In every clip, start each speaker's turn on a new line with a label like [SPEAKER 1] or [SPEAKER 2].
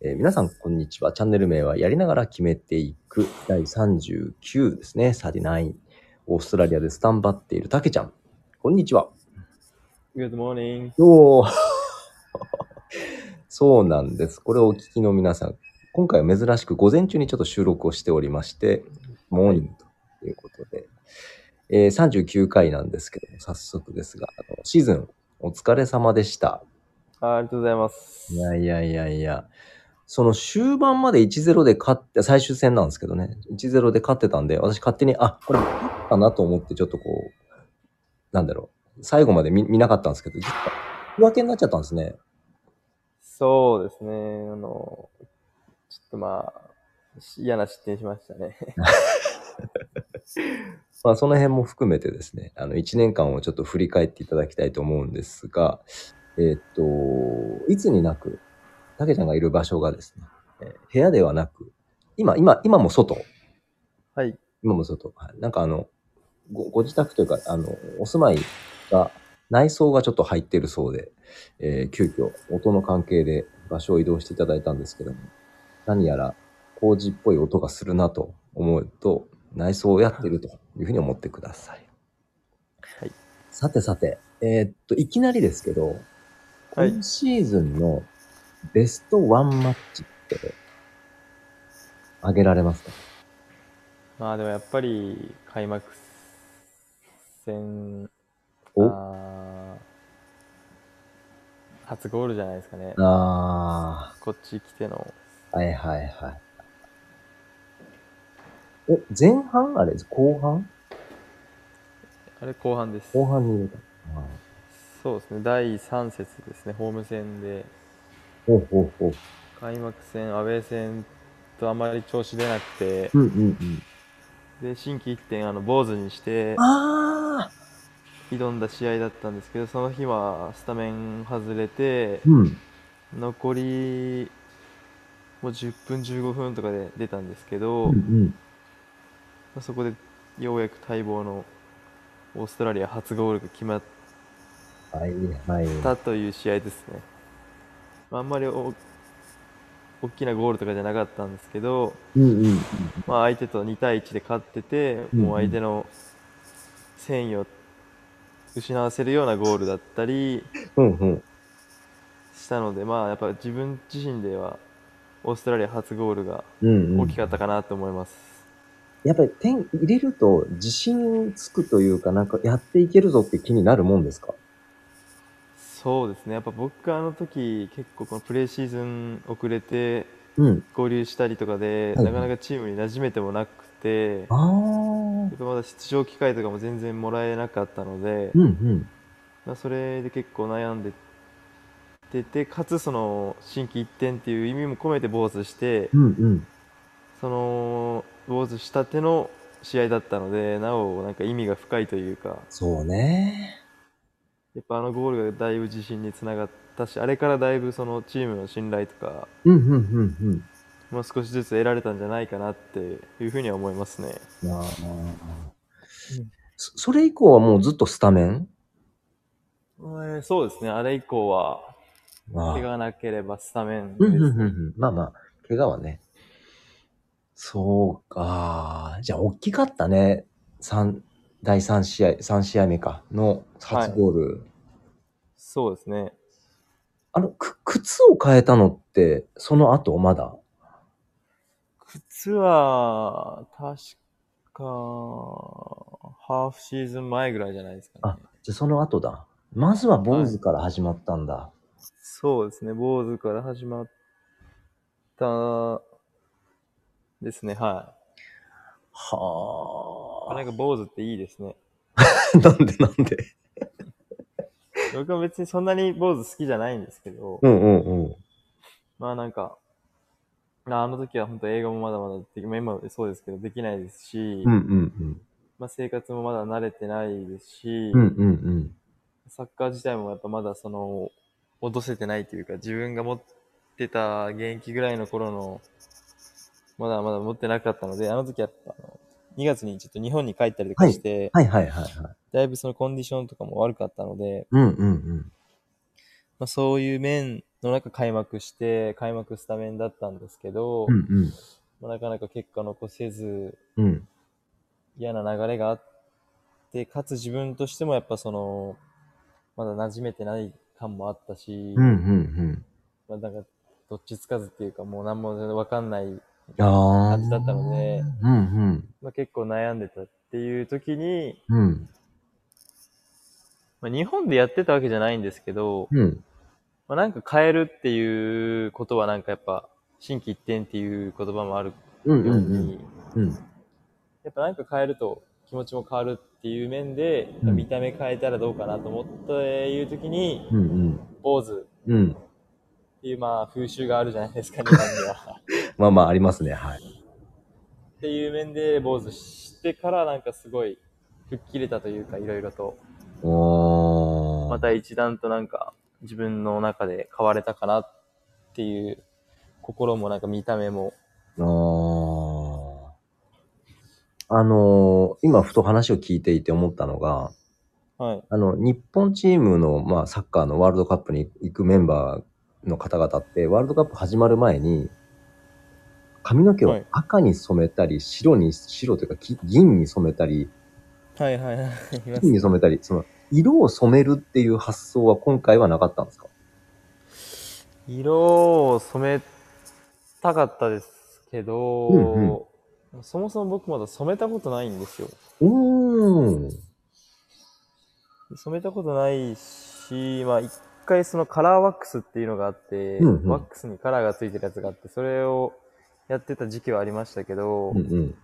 [SPEAKER 1] えー皆さん、こんにちは。チャンネル名はやりながら決めていく第39ですね。39。オーストラリアでスタンバっているたけちゃん。こんにちは。
[SPEAKER 2] Good morning.
[SPEAKER 1] おー そうなんです。これをお聞きの皆さん、今回は珍しく午前中にちょっと収録をしておりまして、モーニングということで、えー39回なんですけども、早速ですが、あのシーズンお疲れ様でした。
[SPEAKER 2] あありがとうございます。
[SPEAKER 1] いやいやいやいや、その終盤まで1-0で勝って、最終戦なんですけどね、1-0で勝ってたんで、私勝手に、あ、これ勝ったなと思って、ちょっとこう、なんだろう、最後まで見見なかったんですけど、実は引き分けになっちゃったんですね。
[SPEAKER 2] そうですね。あの、ちょっとまあ、し嫌な失点しましたね。
[SPEAKER 1] まあ、その辺も含めてですね、あの、1年間をちょっと振り返っていただきたいと思うんですが、えーっと、いつになく、たけちゃんがいる場所がですね、えー部屋ではなく、今、今、今も外、
[SPEAKER 2] はい。
[SPEAKER 1] 今も外、はいなんかあの、ごご自宅というか、あの、お住まいが、内装がちょっと入ってるそうで、えー急遽、音の関係で場所を移動していただいたんですけども、何やら工事っぽい音がするなと思うと、内装をやってるというふうに思ってください。
[SPEAKER 2] はい。
[SPEAKER 1] さてさて、えーっと、いきなりですけど、
[SPEAKER 2] はい
[SPEAKER 1] 今シーズンのベストワンマッチって、あげられますか
[SPEAKER 2] まあでもやっぱり開幕戦、
[SPEAKER 1] お
[SPEAKER 2] あー初ゴールじゃないですかね。
[SPEAKER 1] あー。
[SPEAKER 2] こっち来ての。
[SPEAKER 1] はいはいはい。え、前半あれ後半
[SPEAKER 2] あれ、後半です。
[SPEAKER 1] 後半に入れた。ああ
[SPEAKER 2] そうですね。第3節ですね。ホーム戦で。
[SPEAKER 1] ほうほうほう。
[SPEAKER 2] 開幕戦、アウェー戦とあまり調子出なくて、
[SPEAKER 1] うんうんうん。
[SPEAKER 2] で、心機一転、あの、坊主にして、
[SPEAKER 1] ああ
[SPEAKER 2] 挑んだ試合だったんですけどその日はスタメン外れて
[SPEAKER 1] うん。
[SPEAKER 2] 残りもう10分15分とかで出たんですけ
[SPEAKER 1] う
[SPEAKER 2] ど、
[SPEAKER 1] んうん。
[SPEAKER 2] そこでようやく待望のオーストラリア初ゴールが決まっ
[SPEAKER 1] はいはい。
[SPEAKER 2] たという試合ですねまああんまりお大きなゴールとかじゃなかったんですけど、
[SPEAKER 1] うんうん。
[SPEAKER 2] まあ、相手と2対1で勝ってて、
[SPEAKER 1] うんうん
[SPEAKER 2] もう相手の戦意を失わせるようなゴールだったり
[SPEAKER 1] うんうん。
[SPEAKER 2] したので、まあ、やっぱ自分自身ではオーストラリア初ゴールが
[SPEAKER 1] うん、うん。
[SPEAKER 2] 大きかったかなと思います。
[SPEAKER 1] やっぱり点入れると自信つくというか、なんかやっていけるぞって気になるもんですか
[SPEAKER 2] そうですね、やっぱ僕、あの時結構このプレーシーズン遅れて
[SPEAKER 1] うん。
[SPEAKER 2] 合流したりとかで、
[SPEAKER 1] はい
[SPEAKER 2] なかなかチームに馴染めてもなくて、
[SPEAKER 1] ああ。うん
[SPEAKER 2] やっぱまだ出場機会とかも全然もらえなかったので、
[SPEAKER 1] うん。
[SPEAKER 2] まあそれで結構悩んでてて、かつその心機一転っていう意味も込めて坊主して、
[SPEAKER 1] うんうん。
[SPEAKER 2] その坊主したての試合だったのでなおなんか意味が深いというか
[SPEAKER 1] そうね。
[SPEAKER 2] やっぱあのゴールがだいぶ自信につながったしあれからだいぶそのチームの信頼とか
[SPEAKER 1] うんうんうんうん。
[SPEAKER 2] もう少しずつ得られたんじゃないかなっていうふうには思いますね
[SPEAKER 1] なあ、そそれ以降はもうずっとスタメン
[SPEAKER 2] えーそうですねあれ以降は
[SPEAKER 1] ああ
[SPEAKER 2] 怪我がなければスタメンで
[SPEAKER 1] うんうん
[SPEAKER 2] す
[SPEAKER 1] うんうんまあまあ、怪我はね。そうか。じゃあ、大きかったね。三第3試合、3試合目か。の初ゴール。
[SPEAKER 2] そうですね
[SPEAKER 1] あの、く靴を変えたのって、その後まだ。
[SPEAKER 2] 靴は確かハーフシーズン前ぐらいじゃないですかね
[SPEAKER 1] あじゃあその後だ。まずは坊主から始まったんだ。
[SPEAKER 2] そうですね、坊主から始まったですね、は。
[SPEAKER 1] はい
[SPEAKER 2] なんか坊主っていいですね。
[SPEAKER 1] あ。 なんでなんで。
[SPEAKER 2] 僕は別にそんなに坊主好きじゃないんですけど、
[SPEAKER 1] うんうんうん。
[SPEAKER 2] まあなんか、まああの時は本当映画もまだまだでき、まあ今もそうですけど、できないですし、
[SPEAKER 1] うんうん
[SPEAKER 2] まあ生活もまだ慣れてないですし、
[SPEAKER 1] うん。うんうんうん。
[SPEAKER 2] サッカー自体もやっぱまだその、落とせてないというか、自分が持ってた現役ぐらいの頃の、まだまだ持ってなかったので、あの時やっぱあの、2月にちょっと日本に帰ったりとかして、
[SPEAKER 1] はいはいはいはい。
[SPEAKER 2] だいぶそのコンディションとかも悪かったので、
[SPEAKER 1] うんうんうん。
[SPEAKER 2] まあ、そういう面の中開幕して、開幕スタメンだったんですけど、
[SPEAKER 1] うんうん。
[SPEAKER 2] まあなかなか結果残せず、
[SPEAKER 1] うん。
[SPEAKER 2] 嫌な流れがあって、かつ自分としてもやっぱその、まだ馴染めてない感もあったし、
[SPEAKER 1] うんうん
[SPEAKER 2] まあ、なんかどっちつかずっていうかもう何もわかんない、
[SPEAKER 1] うん。ああ。
[SPEAKER 2] 感じだったので。
[SPEAKER 1] うん
[SPEAKER 2] まあ、結構悩んでたっていう時に、
[SPEAKER 1] うん。うん。
[SPEAKER 2] まあ、日本でやってたわけじゃないんですけど、
[SPEAKER 1] うん。
[SPEAKER 2] まあ、なんか変えるっていうことはなんかやっぱ心機一転っていう言葉もあるよ
[SPEAKER 1] うん
[SPEAKER 2] うに、
[SPEAKER 1] うんうん。うん。
[SPEAKER 2] やっぱなんか変えると気持ちも変わるっていう面で、
[SPEAKER 1] うん
[SPEAKER 2] 見た目変えたらどうかなと思っていう時に、
[SPEAKER 1] うんうん。
[SPEAKER 2] 坊主
[SPEAKER 1] うん。
[SPEAKER 2] っていうまあ風習があるじゃないですか、日本には。
[SPEAKER 1] まあまあ、ありますね。はい。
[SPEAKER 2] っていう面で坊主してからなんかすごい吹っ切れたというか、いろいろと。
[SPEAKER 1] おー。
[SPEAKER 2] また一段となんか自分の中で変われたかなっていう心もなんか見た目も。
[SPEAKER 1] あーあのー今ふと話を聞いていて思ったのが、
[SPEAKER 2] はい。
[SPEAKER 1] あの、日本チームの、まあ、サッカーのワールドカップに行くメンバーの方々って、ワールドカップ始まる前に、髪の毛
[SPEAKER 2] は
[SPEAKER 1] を
[SPEAKER 2] い
[SPEAKER 1] 赤に染めたり、白に、白というかき銀に染めたり、
[SPEAKER 2] はいはいはい。います
[SPEAKER 1] 金に染めたり、その、色を染めるっていう発想は今回はなかったんですか
[SPEAKER 2] 色を染めたかったですけど、
[SPEAKER 1] うん
[SPEAKER 2] そもそも僕まだ染めたことないんですよ。
[SPEAKER 1] おー。
[SPEAKER 2] 染めたことないし、まあ一回そのカラーワックスっていうのがあって、
[SPEAKER 1] うんうん
[SPEAKER 2] ワックスにカラーがついてるやつがあって、それをやってた時期はありましたけど、
[SPEAKER 1] うんうん。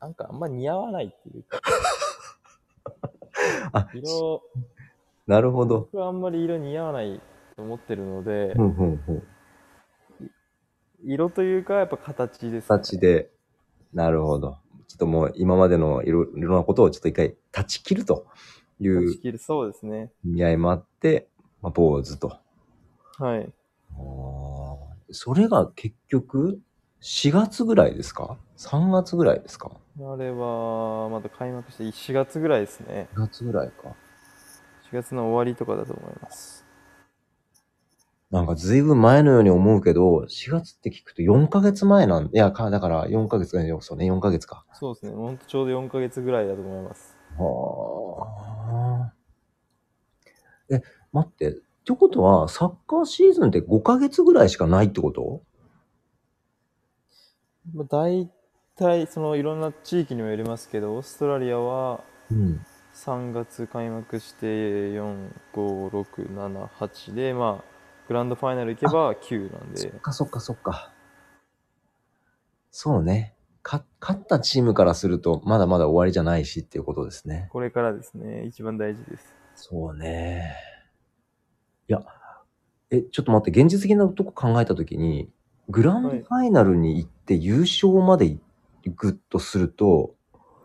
[SPEAKER 2] なんかあんま似合わないっていうか。
[SPEAKER 1] あ
[SPEAKER 2] 色、
[SPEAKER 1] なるほど。
[SPEAKER 2] 僕はあんまり色似合わないと思ってるので、
[SPEAKER 1] うんうんうん。
[SPEAKER 2] 色というかやっぱ形です、ね。
[SPEAKER 1] 形。で、なるほど。ちょっともう今までのいろいろなことをちょっと一回断ち切るとい
[SPEAKER 2] 断ち
[SPEAKER 1] う
[SPEAKER 2] 切る。そうですね。
[SPEAKER 1] 意味合いもあって、まあ、坊主と。
[SPEAKER 2] はい。
[SPEAKER 1] それが結局、4月ぐらいですか ?3 月ぐらいですか
[SPEAKER 2] あれは、まだ開幕して4月ぐらいですね。
[SPEAKER 1] ?4 月ぐらいか。
[SPEAKER 2] 4月の終わりとかだと思います。
[SPEAKER 1] なんかずいぶん前のように思うけど、4月って聞くと4ヶ月前なんいや、か、だから4ヶ月か、そうね、4ヶ月か。
[SPEAKER 2] そうですね。ほんとちょうど4ヶ月ぐらいだと思います。
[SPEAKER 1] はあ。え、待って。ってことは、サッカーシーズンって5ヶ月ぐらいしかないってこと
[SPEAKER 2] まあ、大体、そのいろんな地域にもよりますけど、オーストラリアは
[SPEAKER 1] うん。
[SPEAKER 2] 3月開幕して4、5、6、7、8で、まあ、グランドファイナル行けば9なん
[SPEAKER 1] そ
[SPEAKER 2] で
[SPEAKER 1] っ、かそっかそっか。そうね。か、勝ったチームからすると、まだまだ終わりじゃないしっていうことですね。
[SPEAKER 2] これからですね、一番大事です。
[SPEAKER 1] そうね。いや、え、ちょっと待って、現実的なとこ考えたときに、グランド
[SPEAKER 2] はい
[SPEAKER 1] ファイナルに行って優勝まで行くとすると、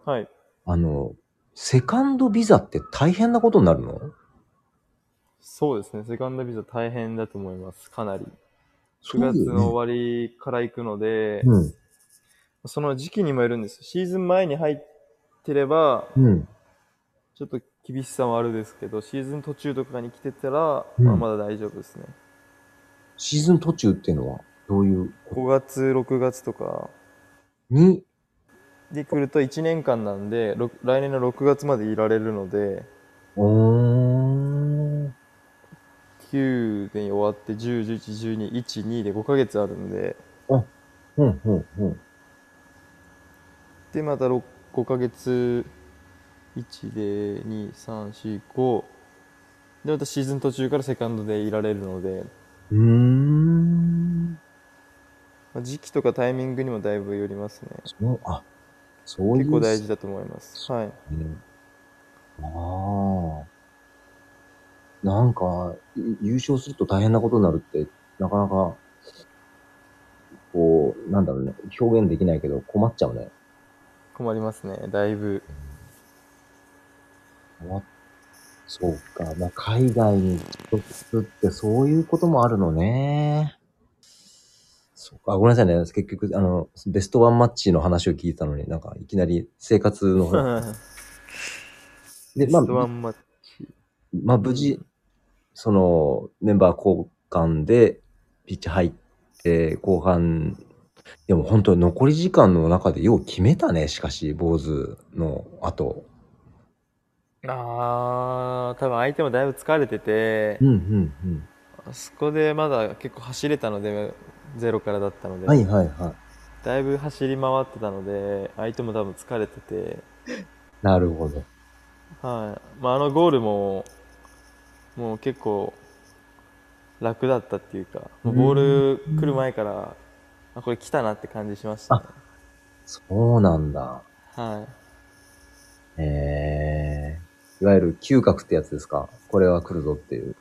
[SPEAKER 2] はい。
[SPEAKER 1] あの、セカンドビザって大変なことになるの
[SPEAKER 2] そうですね、セカンドビザ大変だと思います、かなり。
[SPEAKER 1] そう
[SPEAKER 2] 9
[SPEAKER 1] だよ
[SPEAKER 2] 月
[SPEAKER 1] ね
[SPEAKER 2] の終わりから行くので、
[SPEAKER 1] うん。
[SPEAKER 2] その時期にもよるんです。シーズン前に入ってれば、
[SPEAKER 1] うん。
[SPEAKER 2] ちょっと厳しさはあるですけど、シーズン途中とかに来てたら、
[SPEAKER 1] うん
[SPEAKER 2] まあ、まだ大丈夫ですね。
[SPEAKER 1] シーズン途中っていうのは、どういうこ
[SPEAKER 2] 5月、6月とか
[SPEAKER 1] とに、
[SPEAKER 2] で来ると1年間なんで、ろく来年の6月までいられるので、
[SPEAKER 1] おー
[SPEAKER 2] 9で終わって10、11、12、1、2で5ヶ月あるんで、
[SPEAKER 1] うん、うん、うん。
[SPEAKER 2] で、またろ5ヶ月、1で、2、3、4、5、で、またシーズン途中からセカンドでいられるので、
[SPEAKER 1] うーん。
[SPEAKER 2] まあ時期とかタイミングにもだいぶよりますね。
[SPEAKER 1] そう、あ、そういう。
[SPEAKER 2] 結構大事だと思います。はい。
[SPEAKER 1] うんああ。なんか、い優勝すると大変なことになるって、なかなか、こう、なんだろうね、表現できないけど困っちゃうね。
[SPEAKER 2] 困りますね。だいぶ。
[SPEAKER 1] わそうか、まあ、海外に直接ってそういうこともあるのね。そうか、ごめんなさいね。結局、あの、ベストワンマッチの話を聞いたのに、なんか、いきなり生活の 方。で、
[SPEAKER 2] ベ
[SPEAKER 1] まあ
[SPEAKER 2] スト、ワンマッチ。
[SPEAKER 1] まあ、無事、その、メンバー交間でピッチ入って、後半、でも本当に残り時間の中でよう決めたね、しかし、坊主の後。
[SPEAKER 2] あー、多分相手もだいぶ疲れてて
[SPEAKER 1] うん、うんうん。
[SPEAKER 2] あそこでまだ結構走れたので、ゼロからだったので、
[SPEAKER 1] はいはいはい。
[SPEAKER 2] だいぶ走り回ってたので、相手も多分疲れてて、
[SPEAKER 1] なるほど。
[SPEAKER 2] はい。まあ、あのゴールも、もう結構、楽だったっていうか、もうボール来る前から、あ、これ来たなって感じしましたね、
[SPEAKER 1] そうなんだ。
[SPEAKER 2] はい。
[SPEAKER 1] えー。いわゆる嗅覚ってやつですかこれは来るぞっていう。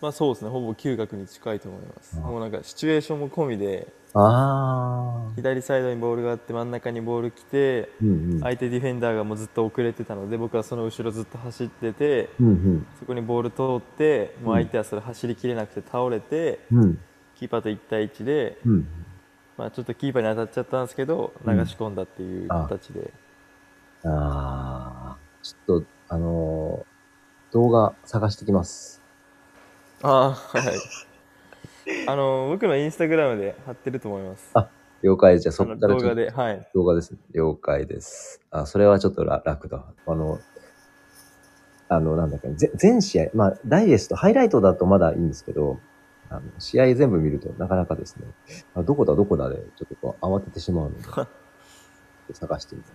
[SPEAKER 2] まあそうですね、ほぼ嗅覚に近いと思います。
[SPEAKER 1] あ
[SPEAKER 2] もうなんかシチュエーションも込みで、
[SPEAKER 1] あー。
[SPEAKER 2] 左サイドにボールがあって真ん中にボール来て、
[SPEAKER 1] うんうん。
[SPEAKER 2] 相手ディフェンダーがもうずっと遅れてたので、僕はその後ろずっと走ってて、
[SPEAKER 1] うん
[SPEAKER 2] そこにボール通って、もう相手はそれ走りきれなくて倒れて、
[SPEAKER 1] うん。うん。
[SPEAKER 2] キーパーと1対1で、
[SPEAKER 1] うん。
[SPEAKER 2] まあちょっとキーパーに当たっちゃったんですけど、流
[SPEAKER 1] うん
[SPEAKER 2] し込んだっていう
[SPEAKER 1] あ
[SPEAKER 2] 形で。
[SPEAKER 1] あー。ちょっと、あのー動画探してきます。
[SPEAKER 2] ああ、はい。 あの、僕のインスタグラムで貼ってると思います。
[SPEAKER 1] あ了解。じゃあ、そ
[SPEAKER 2] あ
[SPEAKER 1] っ
[SPEAKER 2] の
[SPEAKER 1] から
[SPEAKER 2] 動
[SPEAKER 1] ちょ
[SPEAKER 2] 画
[SPEAKER 1] っと
[SPEAKER 2] で、はい。
[SPEAKER 1] 動画ですね。了解です。あ、それはちょっとら楽だ。あの、あの、なんだっけ、ぜ全試合、まあ、ダイジェスト、ハイライトだとまだいいんですけど、あの試合全部見るとなかなかですね、あどこだどこだで、ちょっとこう慌ててしま うので、ちょっと探してみた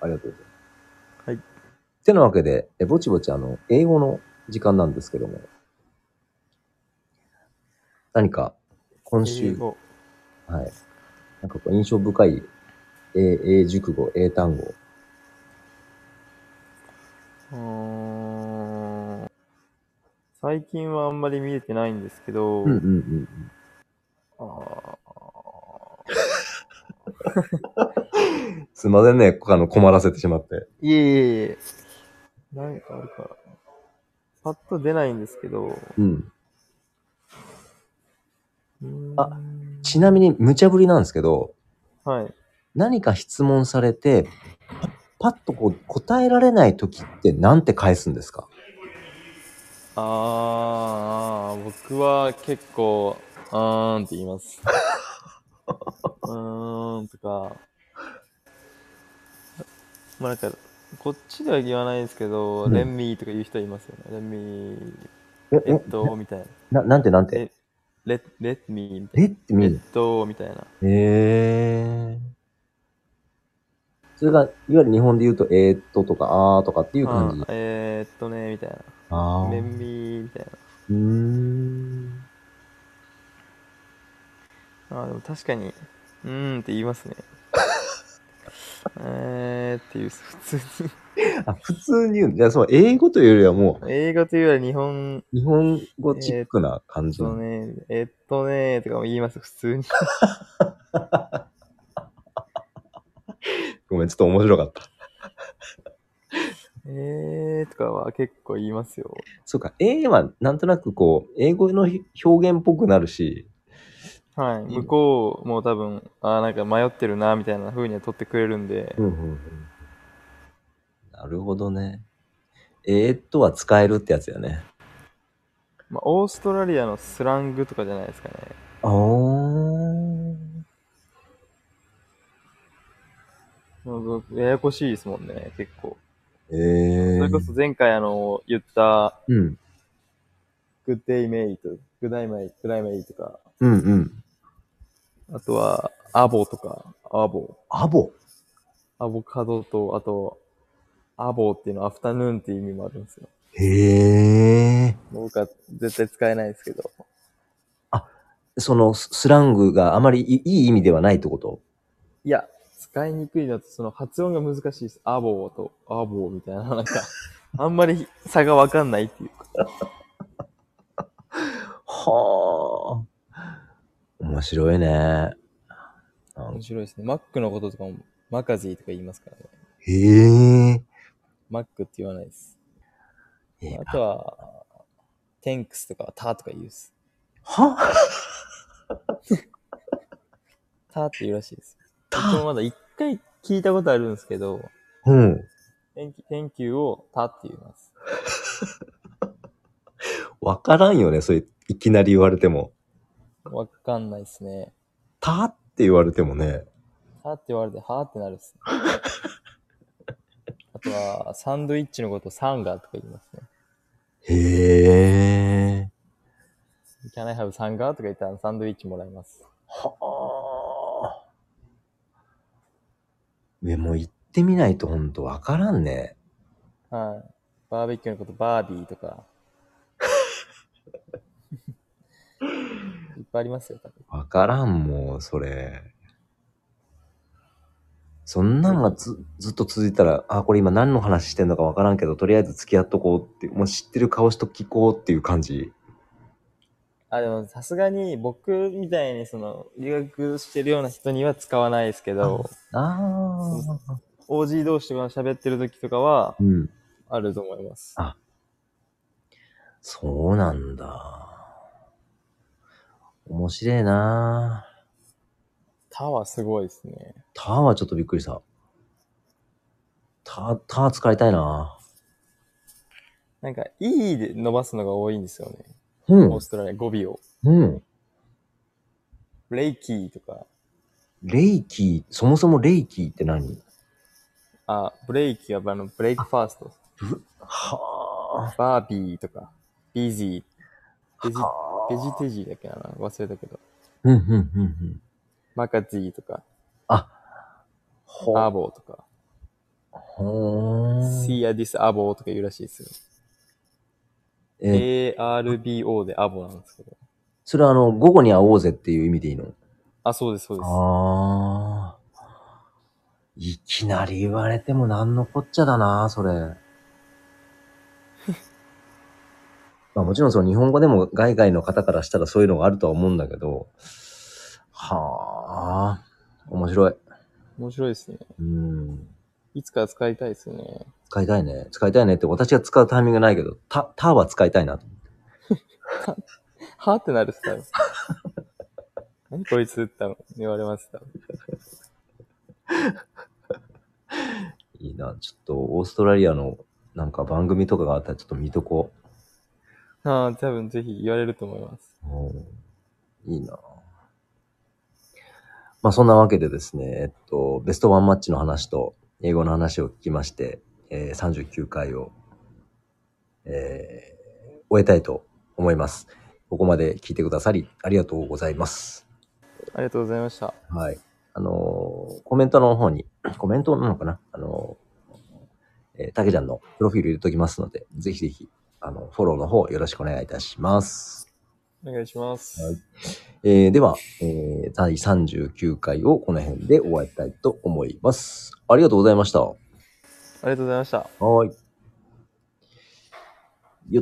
[SPEAKER 1] ありがとうございます。
[SPEAKER 2] はい
[SPEAKER 1] てなわけで、えぼちぼち、あの、英語の時間なんですけども、何か、今
[SPEAKER 2] 英
[SPEAKER 1] 週、
[SPEAKER 2] 語。
[SPEAKER 1] はい。なんかこう印象深い英英熟語、英単語。
[SPEAKER 2] うーん最近はあんまり見えてないんですけど、
[SPEAKER 1] うんうんうん。
[SPEAKER 2] あー
[SPEAKER 1] すいませんね、あの困らせてしまって。
[SPEAKER 2] いえいえいえ、何かあるかな。パッと出ないんですけど、
[SPEAKER 1] うん。
[SPEAKER 2] うーん
[SPEAKER 1] あちなみに、無茶ぶりなんですけど、
[SPEAKER 2] はい。
[SPEAKER 1] 何か質問されて、パパッとこう答えられない時ってなんて返すんですか
[SPEAKER 2] あー、僕は結構、あーんって言います。 うーんとか、まあなんか、こっちでは言わないですけど、
[SPEAKER 1] うん
[SPEAKER 2] レンミーとか言う人いますよね。レンミー、
[SPEAKER 1] え、
[SPEAKER 2] えっ
[SPEAKER 1] え、
[SPEAKER 2] と、みたいな。
[SPEAKER 1] ななんてなんて。
[SPEAKER 2] え、レレッミーみたい
[SPEAKER 1] えって
[SPEAKER 2] な。
[SPEAKER 1] 見
[SPEAKER 2] え
[SPEAKER 1] る
[SPEAKER 2] っと、みたいな。
[SPEAKER 1] へえ。それが、いわゆる日本で言うと、えーっととか、あーとかっていう感じ。
[SPEAKER 2] あえーっとね、みたい
[SPEAKER 1] あ
[SPEAKER 2] な。レ
[SPEAKER 1] ー
[SPEAKER 2] ンミーみたいう
[SPEAKER 1] ーん。
[SPEAKER 2] な。あーでも確かに、うーんって言い ますね。えーっていう、普通に。
[SPEAKER 1] あ、普通に言うんじゃあ、そう、英語というよりはも
[SPEAKER 2] 英語というよりは日本
[SPEAKER 1] う、日本語チックな感じな
[SPEAKER 2] と
[SPEAKER 1] の。
[SPEAKER 2] ね、えっとね、とかも言います、普通に。
[SPEAKER 1] ごめん、ちょっと面白かった。
[SPEAKER 2] えーとかは結構言いますよ。
[SPEAKER 1] そうか、英はなんとなくこう、英語のひ表現っぽくなるし、
[SPEAKER 2] は
[SPEAKER 1] い
[SPEAKER 2] い。
[SPEAKER 1] いね
[SPEAKER 2] 向こうも多分、あーなんか迷ってるな、みたいな風には取ってくれるんで、
[SPEAKER 1] なるほどね。えー、っとは使えるってやつやね。
[SPEAKER 2] まあ、オーストラリアのスラングとかじゃないですかね。
[SPEAKER 1] あー。
[SPEAKER 2] もうややこしいですもんね、結構。
[SPEAKER 1] え
[SPEAKER 2] それこ
[SPEAKER 1] ー。
[SPEAKER 2] そ前回あの、言った、
[SPEAKER 1] うん。
[SPEAKER 2] グッデイメイト、グッダイメイト、グッダイメイとか、
[SPEAKER 1] うんうん。
[SPEAKER 2] あとは、アボとか、アボ。
[SPEAKER 1] アボ。
[SPEAKER 2] アボカドと、あと、アボっていうのはアフタヌーンっていう意味もあるんですよ。
[SPEAKER 1] へえ。
[SPEAKER 2] 僕は絶対使えないですけど。
[SPEAKER 1] そのススラングがあまりいいい意味ではないってこと
[SPEAKER 2] いや、使いにくいのと、その発音が難しいです。アボーとアボーみたいな、なん か、あんまり差がわかんないっていうか。
[SPEAKER 1] はあ。面白いね。
[SPEAKER 2] 面白いですね。マックのこととかも、マカジーとか言いますからね。
[SPEAKER 1] へえ。
[SPEAKER 2] マックって言わないです。
[SPEAKER 1] いいな
[SPEAKER 2] あとは、テンクスとか、ターとか言うっす。
[SPEAKER 1] は
[SPEAKER 2] ターって言うらしいです。僕もまだ一回聞いたことあるんですけど、
[SPEAKER 1] うん。
[SPEAKER 2] 天気、天気をターって言います。
[SPEAKER 1] わからんよね、それ、いきなり言われても。
[SPEAKER 2] わかんないっすね。
[SPEAKER 1] たーって言われてもね。
[SPEAKER 2] はーって言われて、はーってなるっすね。あとは、サンドイッチのことサンガとか言いますね。
[SPEAKER 1] へえ。
[SPEAKER 2] Can I have サンガとか言ったらサンドイッチもらいます。
[SPEAKER 1] はあ。でも行ってみないとほんとわからんね。
[SPEAKER 2] はい。バーベキューのことバービーとか。 いっぱいありますよ、多分。
[SPEAKER 1] わからんもう、それ。そんなんがずずっと続いたら、あ、これ今何の話してんのかわからんけど、とりあえず付き合っとこうって、もう知ってる顔しと聞こうっていう感じ。
[SPEAKER 2] あ、でもさすがに僕みたいにその留学してるような人には使わないですけど、
[SPEAKER 1] ああ。
[SPEAKER 2] OG 同士とか喋ってる時とかは
[SPEAKER 1] うん。
[SPEAKER 2] あると思います
[SPEAKER 1] あ。そうなんだ。面白いな
[SPEAKER 2] タワーすごいですね。
[SPEAKER 1] ターはちょっとびっくりした。ター、ター使いたいな
[SPEAKER 2] なんか E で伸ばすのが多いんですよね。
[SPEAKER 1] う
[SPEAKER 2] オー。ストラリア語尾を。
[SPEAKER 1] うん。
[SPEAKER 2] レイキーとか、
[SPEAKER 1] レイキー、そもそもレイキーって何
[SPEAKER 2] あ、ブレイキーはあのブレイクファースト。
[SPEAKER 1] は
[SPEAKER 2] バービーとか、ビジー、ベジ
[SPEAKER 1] あ。
[SPEAKER 2] ベジテジーだっけな忘れたけど。
[SPEAKER 1] うん、うん、うん、うん。
[SPEAKER 2] マカジーとか、
[SPEAKER 1] ほ
[SPEAKER 2] アボーとか、
[SPEAKER 1] ほー
[SPEAKER 2] See a this アボーとか言うらしいですよ。
[SPEAKER 1] え、
[SPEAKER 2] ARBO でアボなんですけど。
[SPEAKER 1] それはあの、午後に会おうぜっていう意味でいいの
[SPEAKER 2] あ、そうです、そうです。
[SPEAKER 1] ああ。いきなり言われてもなんのこっちゃだな、それ。 まあもちろんその日本語でも海外の方からしたらそういうのがあるとは思うんだけど、はあ、面白い。
[SPEAKER 2] 面白いですね。
[SPEAKER 1] うん。
[SPEAKER 2] いつか使いたいですね。
[SPEAKER 1] 使いたいね。使いたいねって私が使うタイミングないけど、た、たは使いたいな。
[SPEAKER 2] はーってなるっす、多分 何こいつって多分言われます、多分
[SPEAKER 1] いいな。ちょっとオーストラリアのなんか番組とかがあったらちょっと見とこう。
[SPEAKER 2] ああ、多分ぜひ言われると思います。
[SPEAKER 1] おーいいなぁまあそんなわけでですね、えっと、ベストワンマッチの話と英語の話を聞きまして、えー39回を、えー終えたいと思います。ここまで聞いてくださりありがとうございます。
[SPEAKER 2] ありがとうございました。
[SPEAKER 1] はい。あのーコメントの方に、 コメントなのかなあのーえー、たけちゃんのプロフィール入れときますので、ぜひぜひ、あの、フォローの方よろしくお願いいたします。
[SPEAKER 2] お願いします。
[SPEAKER 1] はいえーでは、えー第39回をこの辺で終わりたいと思います。ありがとうございました。は
[SPEAKER 2] ありがとうございました。
[SPEAKER 1] ーい。